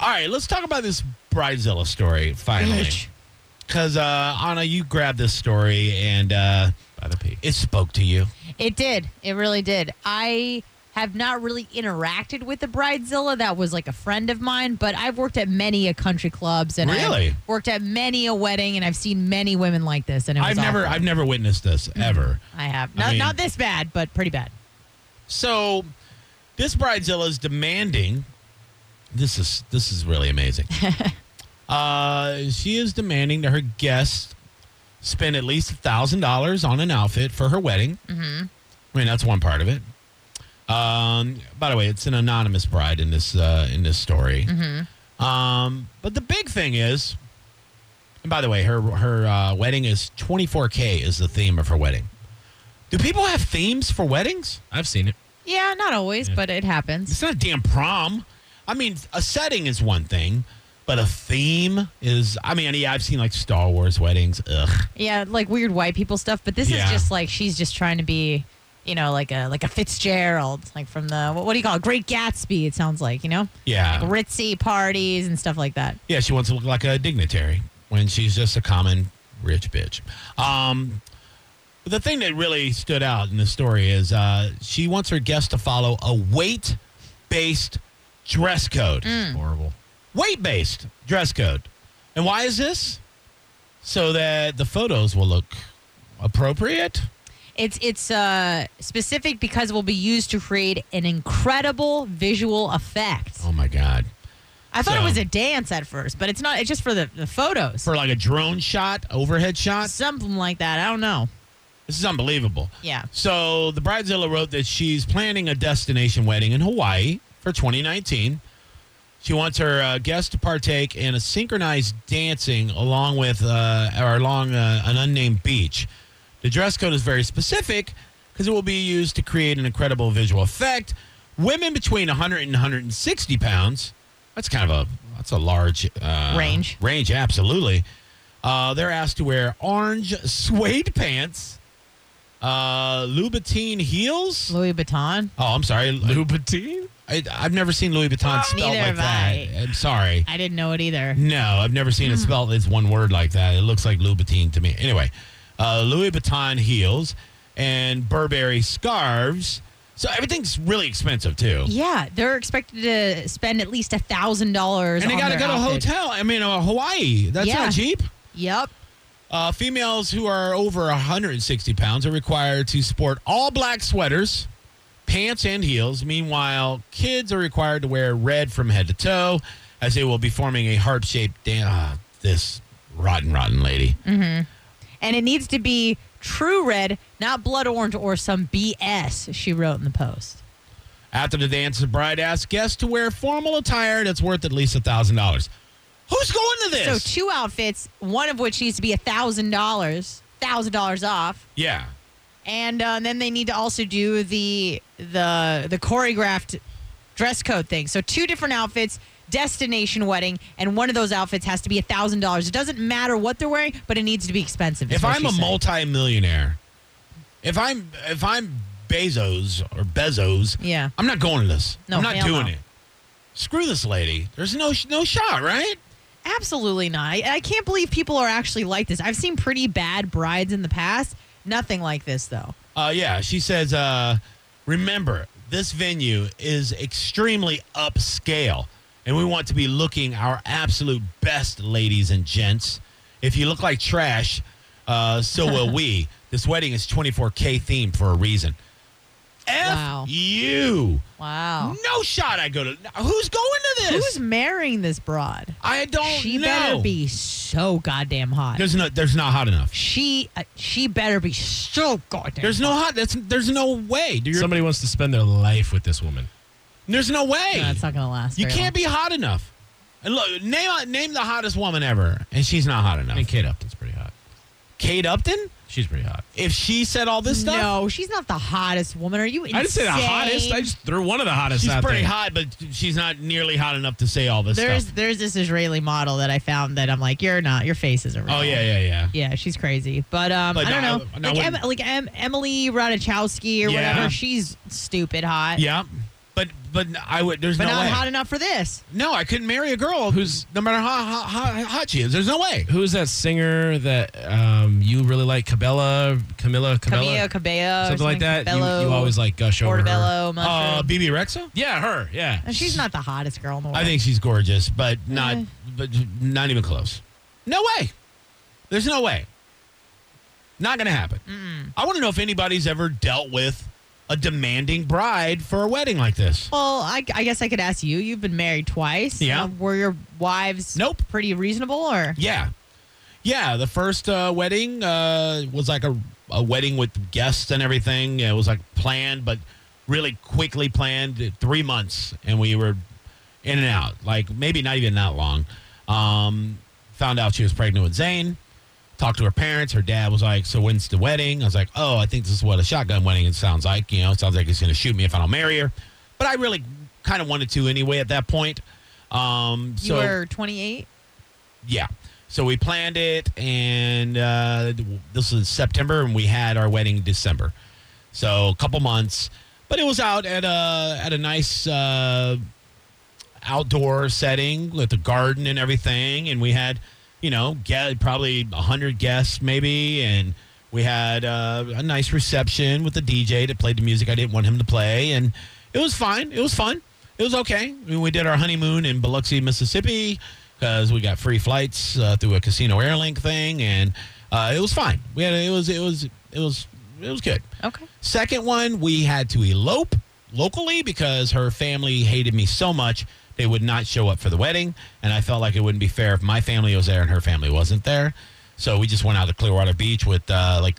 All right, let's talk about this Bridezilla story finally. Bitch. Because uh, Anna, you grabbed this story and uh, By the peak. it spoke to you. It did. It really did. I have not really interacted with the bridezilla. That was like a friend of mine, but I've worked at many a country clubs and Really? I've worked at many a wedding, and I've seen many women like this. And it was I've never, awful. I've never witnessed this ever. I have I not mean- not this bad, but pretty bad. So this bridezilla is demanding. This is this is really amazing. uh, she is demanding that her guests spend at least thousand dollars on an outfit for her wedding. Mm-hmm. I mean, that's one part of it. Um, by the way, it's an anonymous bride in this uh, in this story. Um, but the big thing is, and by the way, her her uh, wedding is 24k is the theme of her wedding. Do people have themes for weddings? I've seen it. Yeah, not always, but it happens. It's not a damn prom. I mean, a setting is one thing, but a theme is. I mean, yeah, I've seen like Star Wars weddings. Ugh. Yeah, like weird white people stuff. But this Yeah. is just like she's just trying to be, you know, like a like a Fitzgerald, like from the what, what do you call it? Great Gatsby. It sounds like you know, Yeah. ritzy parties and stuff like that. Yeah, she wants to look like a dignitary when she's just a common rich bitch. Um, but the thing that really stood out in the story is uh, she wants her guests to follow a weight based dress code. Horrible. Weight based dress code. And why is this? So that the photos will look appropriate. It's it's uh, specific because it will be used to create an incredible visual effect. Oh my God. I thought so- it was a dance at first, but it's not. It's just for the, the photos, for like a drone shot, overhead shot. something like that. I don't know. This is unbelievable. Yeah. So the bridezilla wrote that she's planning a destination wedding in Hawaii for 2019. She wants her uh, guests to partake in a synchronized dancing along with uh, or along uh, an unnamed beach. The dress code is very specific because it will be used to create an incredible visual effect. Women between 100 and 160 pounds. That's kind of a that's a large uh, Range. Range, absolutely. Uh, they're asked to wear orange suede pants, uh, Louboutin heels. Louis Vuitton. Oh, I'm sorry. Louboutin? I, I've never seen Louis Vuitton spelled Neither like have that. I. Hmm. I'm sorry. I didn't know it either. No, I've never seen it spelled as one word like that. It looks like Louboutin to me. Anyway, uh, Louis Vuitton heels and Burberry scarves. So everything's really expensive too. Yeah, they're expected to spend at least a thousand dollars. And they got to go their to a outfit. hotel. I mean, uh, Hawaii. That's Yeah. not cheap. Yep. Uh, females who are over 160 pounds are required to sport all black sweaters, pants, and heels. Meanwhile, kids are required to wear red from head to toe, as they will be forming a heart shaped dance. Ah, this rotten, rotten lady. Mm. And it needs to be true red, not blood orange or some BS. She wrote in the post. After the dance, the bride asks guests to wear formal attire that's worth at least $1,000. Who's going to So this? two outfits, one of which needs to be a thousand dollars, thousand dollars off, yeah. and uh, then they need to also do the the the choreographed dress code thing. So two different outfits, destination wedding, and one of those outfits has to be a thousand dollars. It doesn't matter what they're wearing, but it needs to be expensive. is if what I'm she a said. multi-millionaire, if I'm if I'm Bezos or Bezos, Yeah. I'm not going to this. No, I'm not hell doing no. it. Screw this lady. There's no sh- no shot, right? Absolutely not. I, I can't believe people are actually like this. I've seen pretty bad brides in the past. Nothing like this, though. Uh, yeah, she says. Uh, Remember, this venue is extremely upscale, and we want to be looking our absolute best, ladies and gents. If you look like trash, uh, so will we. This wedding is 24k themed for a reason. F Wow. you. Wow. No shot I go to. Who's going to this? Who's marrying this broad? I don't she know. better be so goddamn hot. Oh, There's no. There's not hot enough. she uh, she better be so goddamn. There's no hot. That's. There's no way. You're- Somebody wants to spend their life with this woman. there's no way. No, it's not gonna last. you very can't long. be hot enough. And look, name uh, name the hottest woman ever, and she's not hot enough. I mean, Kate Upton's pretty hot. Kate Upton. She's pretty hot. If she said all this stuff, No, she's not the hottest woman. Are you insane? I didn't say the hottest. I just threw one of the hottest she's out pretty there. hot, but she's not nearly hot enough to say all this there's stuff. there's this Israeli model that I found that I'm like, you're not. Your face isn't. Real. Oh yeah, yeah, yeah. Yeah, she's crazy. But um, But I don't no, know. I- no, I like wouldn't- em, like em, Emily Ratajkowski or Yeah. whatever, she's stupid hot. Yeah. But but I would. There's but no not way. hot enough for this. no, I couldn't marry a girl who's no matter how, how, how hot she is. There's no way. Who's that singer that um, you really like? Cabela, Camilla, Cabela, Camilla Cabello, or something like that. You, Cabello, you always like gush over her. Portobello Uh, mushroom. BB Rexa. Yeah, her. Yeah. And she's not the hottest girl in the world. I think she's gorgeous, but not Eh. but not even close. No way. There's no way. Not gonna happen. I want to know if anybody's ever dealt with a demanding bride for a wedding like this. Well, I, I guess I could ask you. You've been married twice. Yeah. Uh, were your wives Nope. pretty reasonable or? Yeah, yeah. The first uh, wedding uh, was like a a wedding with guests and everything. It was like planned, but really quickly planned. Three months, and we were in and out. Like maybe not even that long. Um, found out she was pregnant with Zane. Talked to her parents. Her dad was like, "So when's the wedding?" I was like, "Oh, I think this is what a shotgun wedding it sounds like. You know, it sounds like he's gonna shoot me if I don't marry her." But I really kind of wanted to anyway at that point. Um, You so were 28? yeah. So we planned it, and uh, this was September, and we had our wedding December. So a couple months, but it was out at a at a nice uh, outdoor setting with a garden and everything, and we had you know get, probably hundred guests maybe, and we had uh, a nice reception with the DJ that played the music I didn't want him to play, and it was fine. It was fun. It was okay. I mean, we did our honeymoon in Biloxi, Mississippi, because we got free flights uh, through a Casino Airlink thing, and uh, it was fine. We had it was it was it was it was good. Okay. Second one, we had to elope locally because her family hated me so much they would not show up for the wedding, and I felt like it wouldn't be fair if my family was there and her family wasn't there. So we just went out to Clearwater Beach with uh, like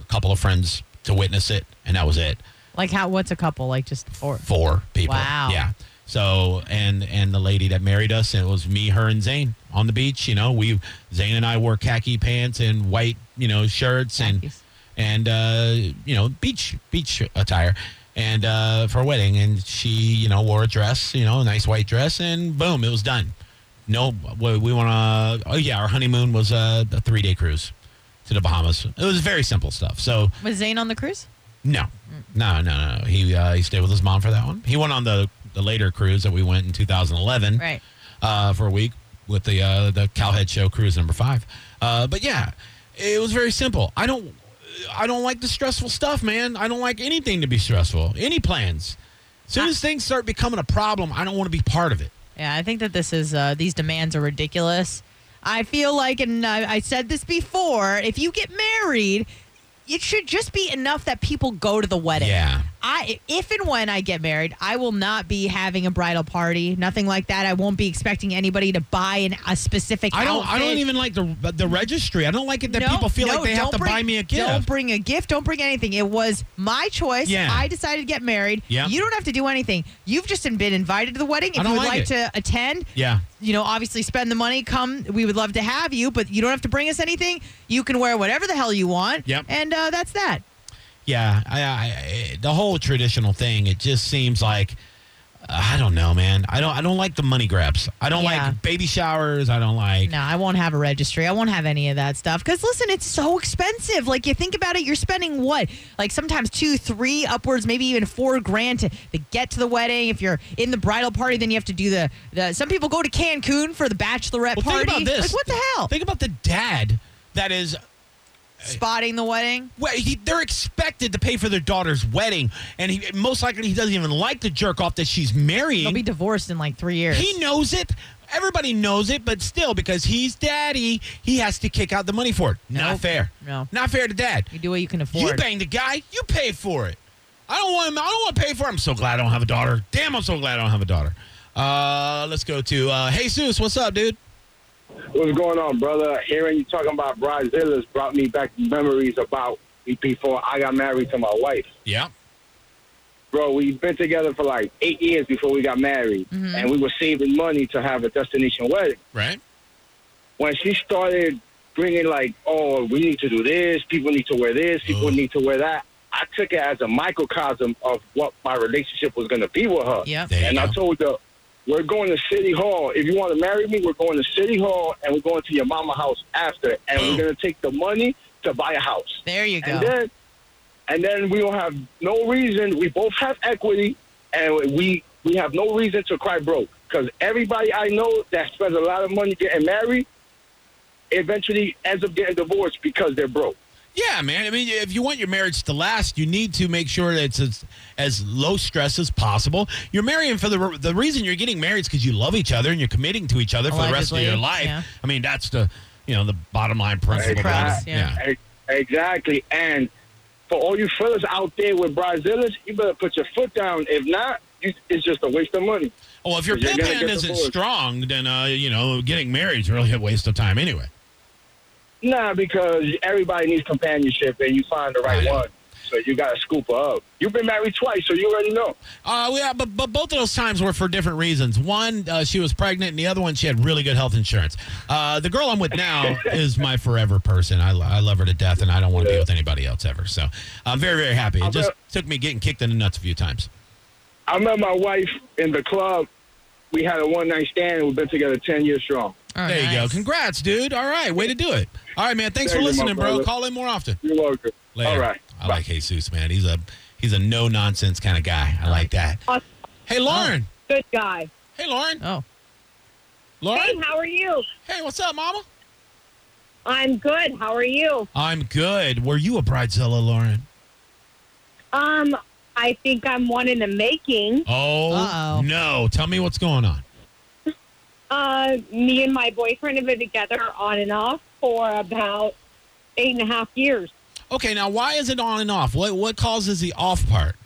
a couple of friends to witness it, and that was it. Like how? What's a couple? Like just four? Four people. Wow. Yeah. So and and the lady that married us, it was me, her, and Zane on the beach. You know, we Zane and I wore khaki pants and white, you know, shirts and Khakis. and uh, you know beach beach attire and uh, for a wedding and she you know wore a dress you know a nice white dress and boom it was done no we, we want to oh yeah our honeymoon was a, a three day cruise to the bahamas it was very simple stuff so Was Zane on the cruise? no no no no he uh, he stayed with his mom for that one he went on the, the later cruise that we went in 2011 Right. uh, for a week with the uh, the Cowhead Show Cruise Number Five. Uh, but yeah, it was very simple. I don't I don't like the stressful stuff, man. I don't like anything to be stressful. Any plans. As soon as things start becoming a problem, I don't want to be part of it. Yeah, I think that this is uh, these demands are ridiculous. I feel like, and I, I said this before, if you get married, it should just be enough that people go to the wedding. Yeah. I, if and when I get married, I will not be having a bridal party, nothing like that. I won't be expecting anybody to buy an, a specific. I don't. I don't outfit. even like the the registry. I don't like it that No, people feel no, like they have don't to bring- buy me a gift. Don't bring a gift. Don't bring anything. It was my choice. Yeah. I decided to get married. Yeah. You don't have to do anything. You've just been invited to the wedding. If don't you would like like, it. to attend, yeah. you know, obviously spend the money, come. We would love to have you, but you don't have to bring us anything. You can wear whatever the hell you want. Yep. And uh, that's that. Yeah, I, I, I- the whole traditional thing. It just seems like uh, I don't know, man. I don't. I don't like the money grabs. I don't Yeah. like baby showers. I don't like. No, I won't have a registry. I won't have any of that stuff. Because listen, it's so expensive. Like you think about it, you're spending what? Like sometimes two, three, upwards, maybe even four grand to, to get to the wedding. If you're in the bridal party, then you have to do the, the some people go to Cancun for the bachelorette Well, party. think about this. Like what the hell? Think about the dad that is. Spotting the wedding. Well, he, they're expected to pay for their daughter's wedding, and he, most likely he doesn't even like the jerk off that she's They'll marrying. be divorced in like three years. he knows it. Everybody knows it, but still, because he's daddy, he has to kick out the money for it. Not Nope. fair. No. Not fair to dad. you do what you can afford. You banged the guy. You pay for it. I don't want. I don't want to pay for it. I'm so glad I don't have a daughter. Damn, I'm so glad I don't have a daughter. Uh, let's go to uh, Jesus. What's up, dude? What's going on, brother? Hearing you talking about Brazilians brought me back memories about before I got married to my wife. Yeah. Bro, we've been together for like eight years before we got married, and we were saving money to have a destination wedding. Right. When she started bringing like, oh, we need to do this, people need to wear this, people Oh. need to wear that, I took it as a microcosm of what my relationship was going to be with her. Yep. There you and I go. told her, we're going to City Hall. If you want to marry me, we're going to City Hall and we're going to your mama house after, and Boom. we're going to take the money to buy a house. There you go. And then, and then we don't have no reason. We both have equity. and we we have no reason to cry broke because everybody I know that spends a lot of money getting married eventually ends up getting divorced because they're broke. Yeah, man. I mean, if you want your marriage to last, you need to make sure that it's as, as low stress as possible. You're marrying for the the reason you're getting married is because you love each other and you're committing to each other for the rest of Allegedly, your life. yeah. I mean, that's the you know the bottom line principle. Right. behind it. Price, yeah. E- Exactly. And for all you fellas out there with Brazilians, you better put your foot down. If not, you, it's just a waste of money. Well, if your You're gonna pimpin get isn't divorced. strong, then uh, you know getting married's really a waste of time anyway. Nah, because everybody needs companionship, and you find the right Right. one. So you gotta scoop her up. You've been married twice, so you already know. Uh, yeah, but but both of those times were for different reasons. One, uh, she was pregnant, and the other one, she had really good health insurance. Uh, the girl I'm with now is my forever person. I, lo- I love her to death, and I don't want to be Yeah. with anybody else ever. So I'm very very happy. It I'll just took me getting kicked in the nuts a few times. I met my wife in the club. We had a one night stand, and we've been together ten years strong. Oh, there you go. nice. Congrats, dude. All right, way to do it. All right, man. Thanks Thank for you, my listening, bro. brother. Call in more often. You're welcome. Later. All right. I like Jesus, man. He's a he's a no nonsense kind of guy. I like that. Awesome. Hey, Lauren. Good guy. Hey, Lauren. Oh, Hey, Lauren. how are you? Hey, what's up, Mama? I'm good. How are you? I'm good. Were you a bridezilla, Lauren? Um, I think I'm one in the making. Oh Uh-oh. no! Tell me what's going on. Uh, me and my boyfriend have been together on and off for about eight and a half years. Okay, now why is it on and off? What what causes the off part?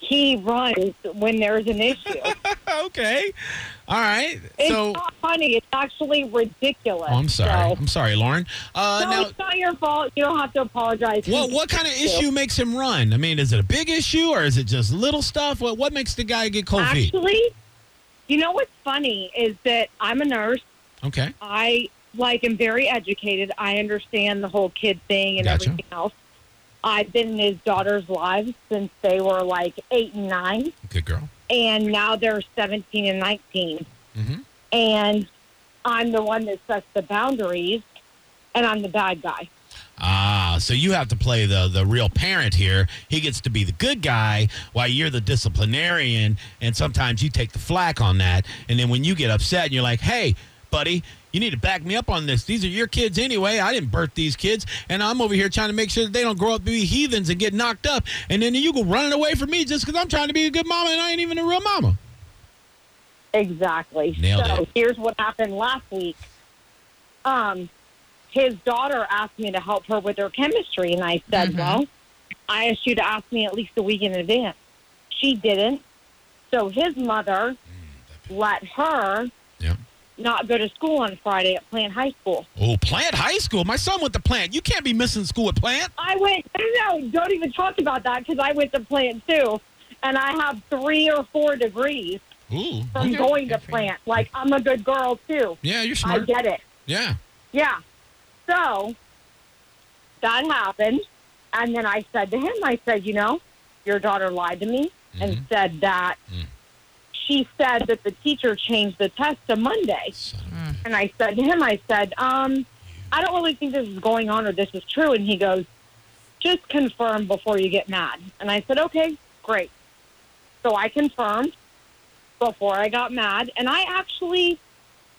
He runs when there's an issue. Okay, all right. It's so not funny. It's actually ridiculous. oh, I'm sorry. So- I'm sorry, Lauren. Uh, no, now, it's not your fault. You don't have to apologize. what what kind of issue makes him run? I mean, is it a big issue or is it just little stuff? What what makes the guy get cold feet? Actually, you know what's funny is that I'm a nurse. Okay, I like am very educated. I understand the whole kid thing and Gotcha. everything else. I've been in his daughter's lives since they were like eight and nine, good girl. and now they're seventeen and nineteen. Mhm. And I'm the one that sets the boundaries, and I'm the bad guy. Ah, so you have to play the the real parent here. He gets to be the good guy while you're the disciplinarian, and sometimes you take the flack on that. And then when you get upset and you're like, "Hey, buddy, you need to back me up on this. These are your kids anyway. I didn't birth these kids, and I'm over here trying to make sure that they don't grow up to be heathens and get knocked up. And then you go running away from me just because I'm trying to be a good mama and I ain't even a real mama." Exactly. Nailed so it. here's what happened last week. Um, his daughter asked me to help her with her chemistry, and I said, Mhm. "Well, I asked you to ask me at least a week in advance." She didn't, so his Mm, mother let her Yeah. not go to school on Friday at Plant High School. Oh, Plant High School. My son went to Plant. You can't be missing school at Plant. I went, no, no, don't even talk about that because I went to Plant too, and I have three or four degrees Ooh, from okay. going to Good for you. Plant. Like I'm a good girl too. yeah, you're I smart. get it. Yeah. Yeah. So that happened. And then I said to him, I said, you know, your daughter lied to me Mhm. and said that Mm. she said that the teacher changed the test to Monday. Son of a- And I said to him, I said, um, I don't really think this is going on or this is true. And he goes, just confirm before you get mad. And I said, okay, great. So I confirmed before I got mad. And I actually,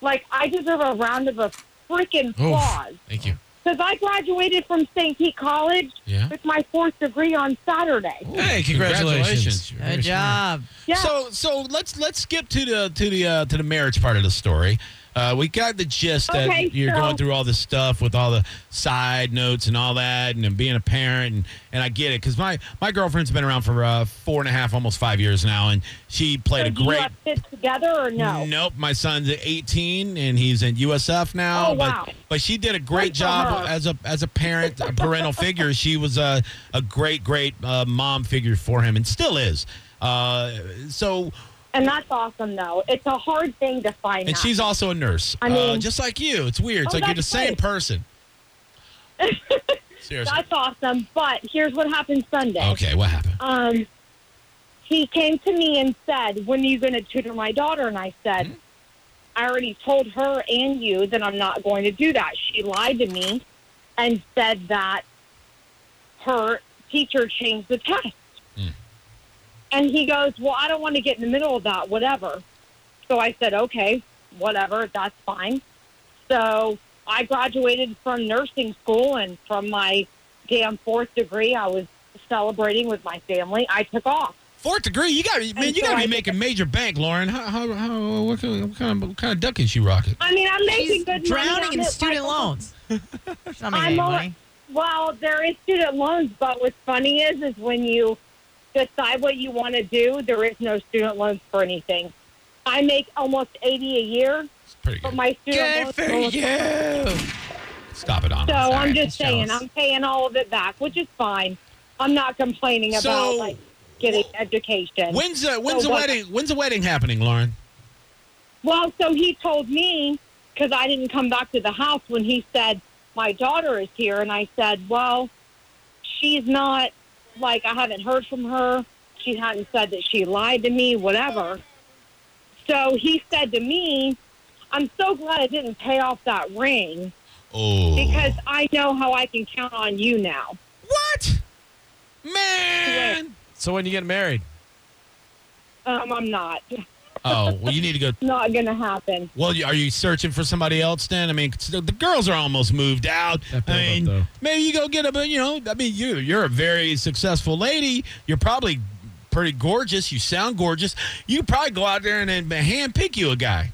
like, I deserve a round of freaking applause Thank you. because I graduated from St. Pete College Yeah. with my fourth degree on Saturday. Hey, congratulations. You're good very smart. job. Yeah. So so let's let's skip to the to the uh, to the marriage part of the story. Uh, we got the gist Okay, that you're so- going through all this stuff with all the side notes and all that, and, being a parent, and, and I get it because my my girlfriend's been around for uh, four and a half, almost five years now, and she played so a do you great. have kids together or no? Nope, my son's 18 and he's in USF now. Oh, wow. But but she did a great Good for job her. as a as a parent, a parental figure. She was a a great great uh, mom figure for him and still is. Uh, so And that's awesome, though. It's a hard thing to find and out. she's also a nurse, I uh, mean- just like you. It's weird. It's Oh, like you're the that's same great. person. Seriously. That's awesome. But here's what happened Sunday. Okay, what happened? Um, he came to me and said, "When are you going to tutor my daughter?" And I said, "I already told her and you that I'm not going to do that." She lied to me and said that her teacher changed the test. Mm. And he goes, Well, I don't want to get in the middle of that, whatever. So I said, Okay, whatever, that's fine. So I graduated from nursing school, and from my damn fourth degree, I was celebrating with my family. I took off. Fourth degree, you got man, you so got to I- be making major bank, Lauren. How, how, how what, kind of, what kind of what kind of duck is she rocking? I mean, I'm making She's good money. drowning I'm in at- student like, loans. She's not making I'm any all- money. Well, there is student loans, but what's funny is, is when you decide what you want to do, there is no student loans for anything. I make almost eighty a year, It's pretty but good. Oh, my student loans. are- Stop it, Anna. So Sorry. I'm just jealous. saying, I'm paying all of it back, which is fine. I'm not complaining So- about like getting education. When's the when's So the what- wedding? When's the wedding happening, Lauren? Well, so he told me because I didn't come back to the house when he said my daughter is here, and I said, well, she's not. Like I haven't heard from her. She hadn't said that she lied to me, whatever. So he said to me, "I'm so glad I didn't pay off that ring Oh, because I know how I can count on you now." what? Man. So when you get married? Um, I'm not. Oh, well, you need to go. Not gonna happen. Well, you- are you searching for somebody else then? I mean, 'cause the the girls are almost moved out. That I buildup, mean, though. maybe you go get a, you know, I mean, you you're a very successful lady. You're probably pretty gorgeous. You sound gorgeous. You could probably go out there and, and handpick you a guy.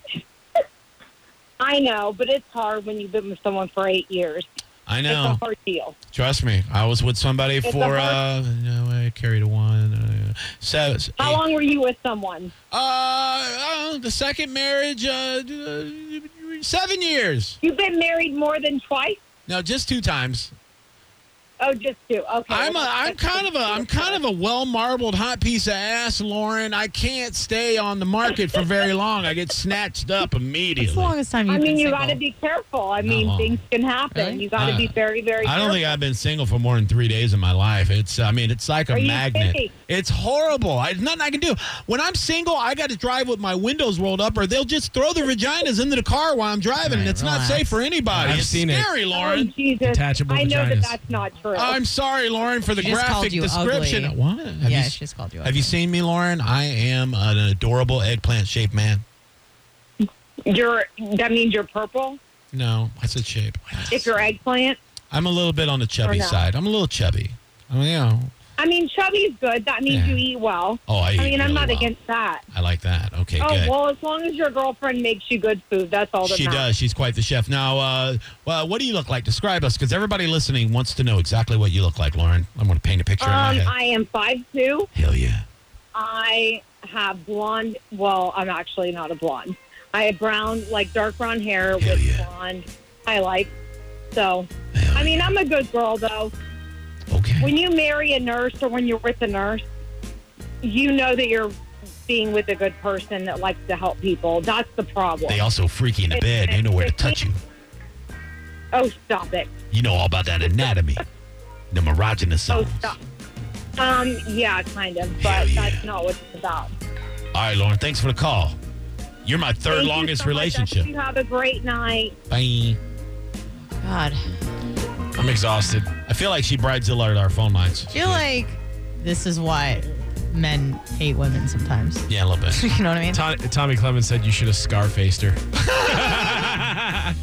I know, but it's hard when you've been with someone for eight years. I It's know. a hard deal. Trust me, I was with somebody a for hard- uh, no, I carried a one, uh, seven, How eight- long were you with someone? Uh, I don't know, the second marriage, uh, d- uh, seven years. You've been married more than twice? No, just two times. Oh, just two. Okay. I'm a, I'm kind of a, I'm kind of a well marbled hot piece of ass, Lauren. I can't stay on the market for very long. I get snatched up It's the immediately. longest time you've I mean, been you single. got to be careful. I mean, long. things can happen. Really? You got to Uh, be very, very. I don't careful. think I've been single for more than three days in my life. It's, I mean, it's like a Are you magnet. kidding? It's horrible. I, there's nothing I can do. When I'm single, I got to drive with my windows rolled up, or they'll just throw their vaginas into the car while I'm driving, and Right, it's relax. not safe for anybody. I've it's seen it. scary, Oh, Lauren. Jesus. Detachable I know that vaginas. that's not true. I'm sorry, Lauren, for the Oh, She just graphic called you description. ugly. What? Have, yeah, you, she just called you. have you seen me, Lauren? I am an adorable eggplant shaped man. you're. That means you're purple. No, I said shape. If you're eggplant, I'm a little bit on the chubby no? side. I'm a little chubby. Oh, I mean, you know. I mean, chubby's good. That means Yeah. you eat well. Oh, I, eat I mean, I'm really not well. against that. I like that. Okay, oh good. well, as long as your girlfriend makes you good food, that's all that she matters. does. She's quite the chef. Now, uh, well, what do you look like? Describe us, because everybody listening wants to know exactly what you look like, Lauren. I'm going to paint a picture in my Um, head. I am five two. Hell yeah. I have blonde. Well, I'm actually not a blonde. I have brown, like dark brown hair Hell with yeah. blonde highlights. So, Hell I mean, I'm a good girl though. yeah. okay. When you marry a nurse or when you're with a nurse, you know that you're being with a good person that likes to help people. That's the problem. They also freaky in the It's- bed. They know where to it's- touch you. oh, stop it. You know all about that anatomy, the erogenous Oh, zones. stop. Um, yeah, kind of, Hell but yeah. that's not what it's about. All right, Lauren, thanks for the call. You're my third Thank you longest so much. I hope relationship. You have a great night. Bye. God, I'm exhausted. I feel like she bridezilla at our phone lines. I feel like this is why men hate women sometimes. Yeah, a little bit. you know what I mean? Tom- Tommy Clemens said you should have scarfaced her.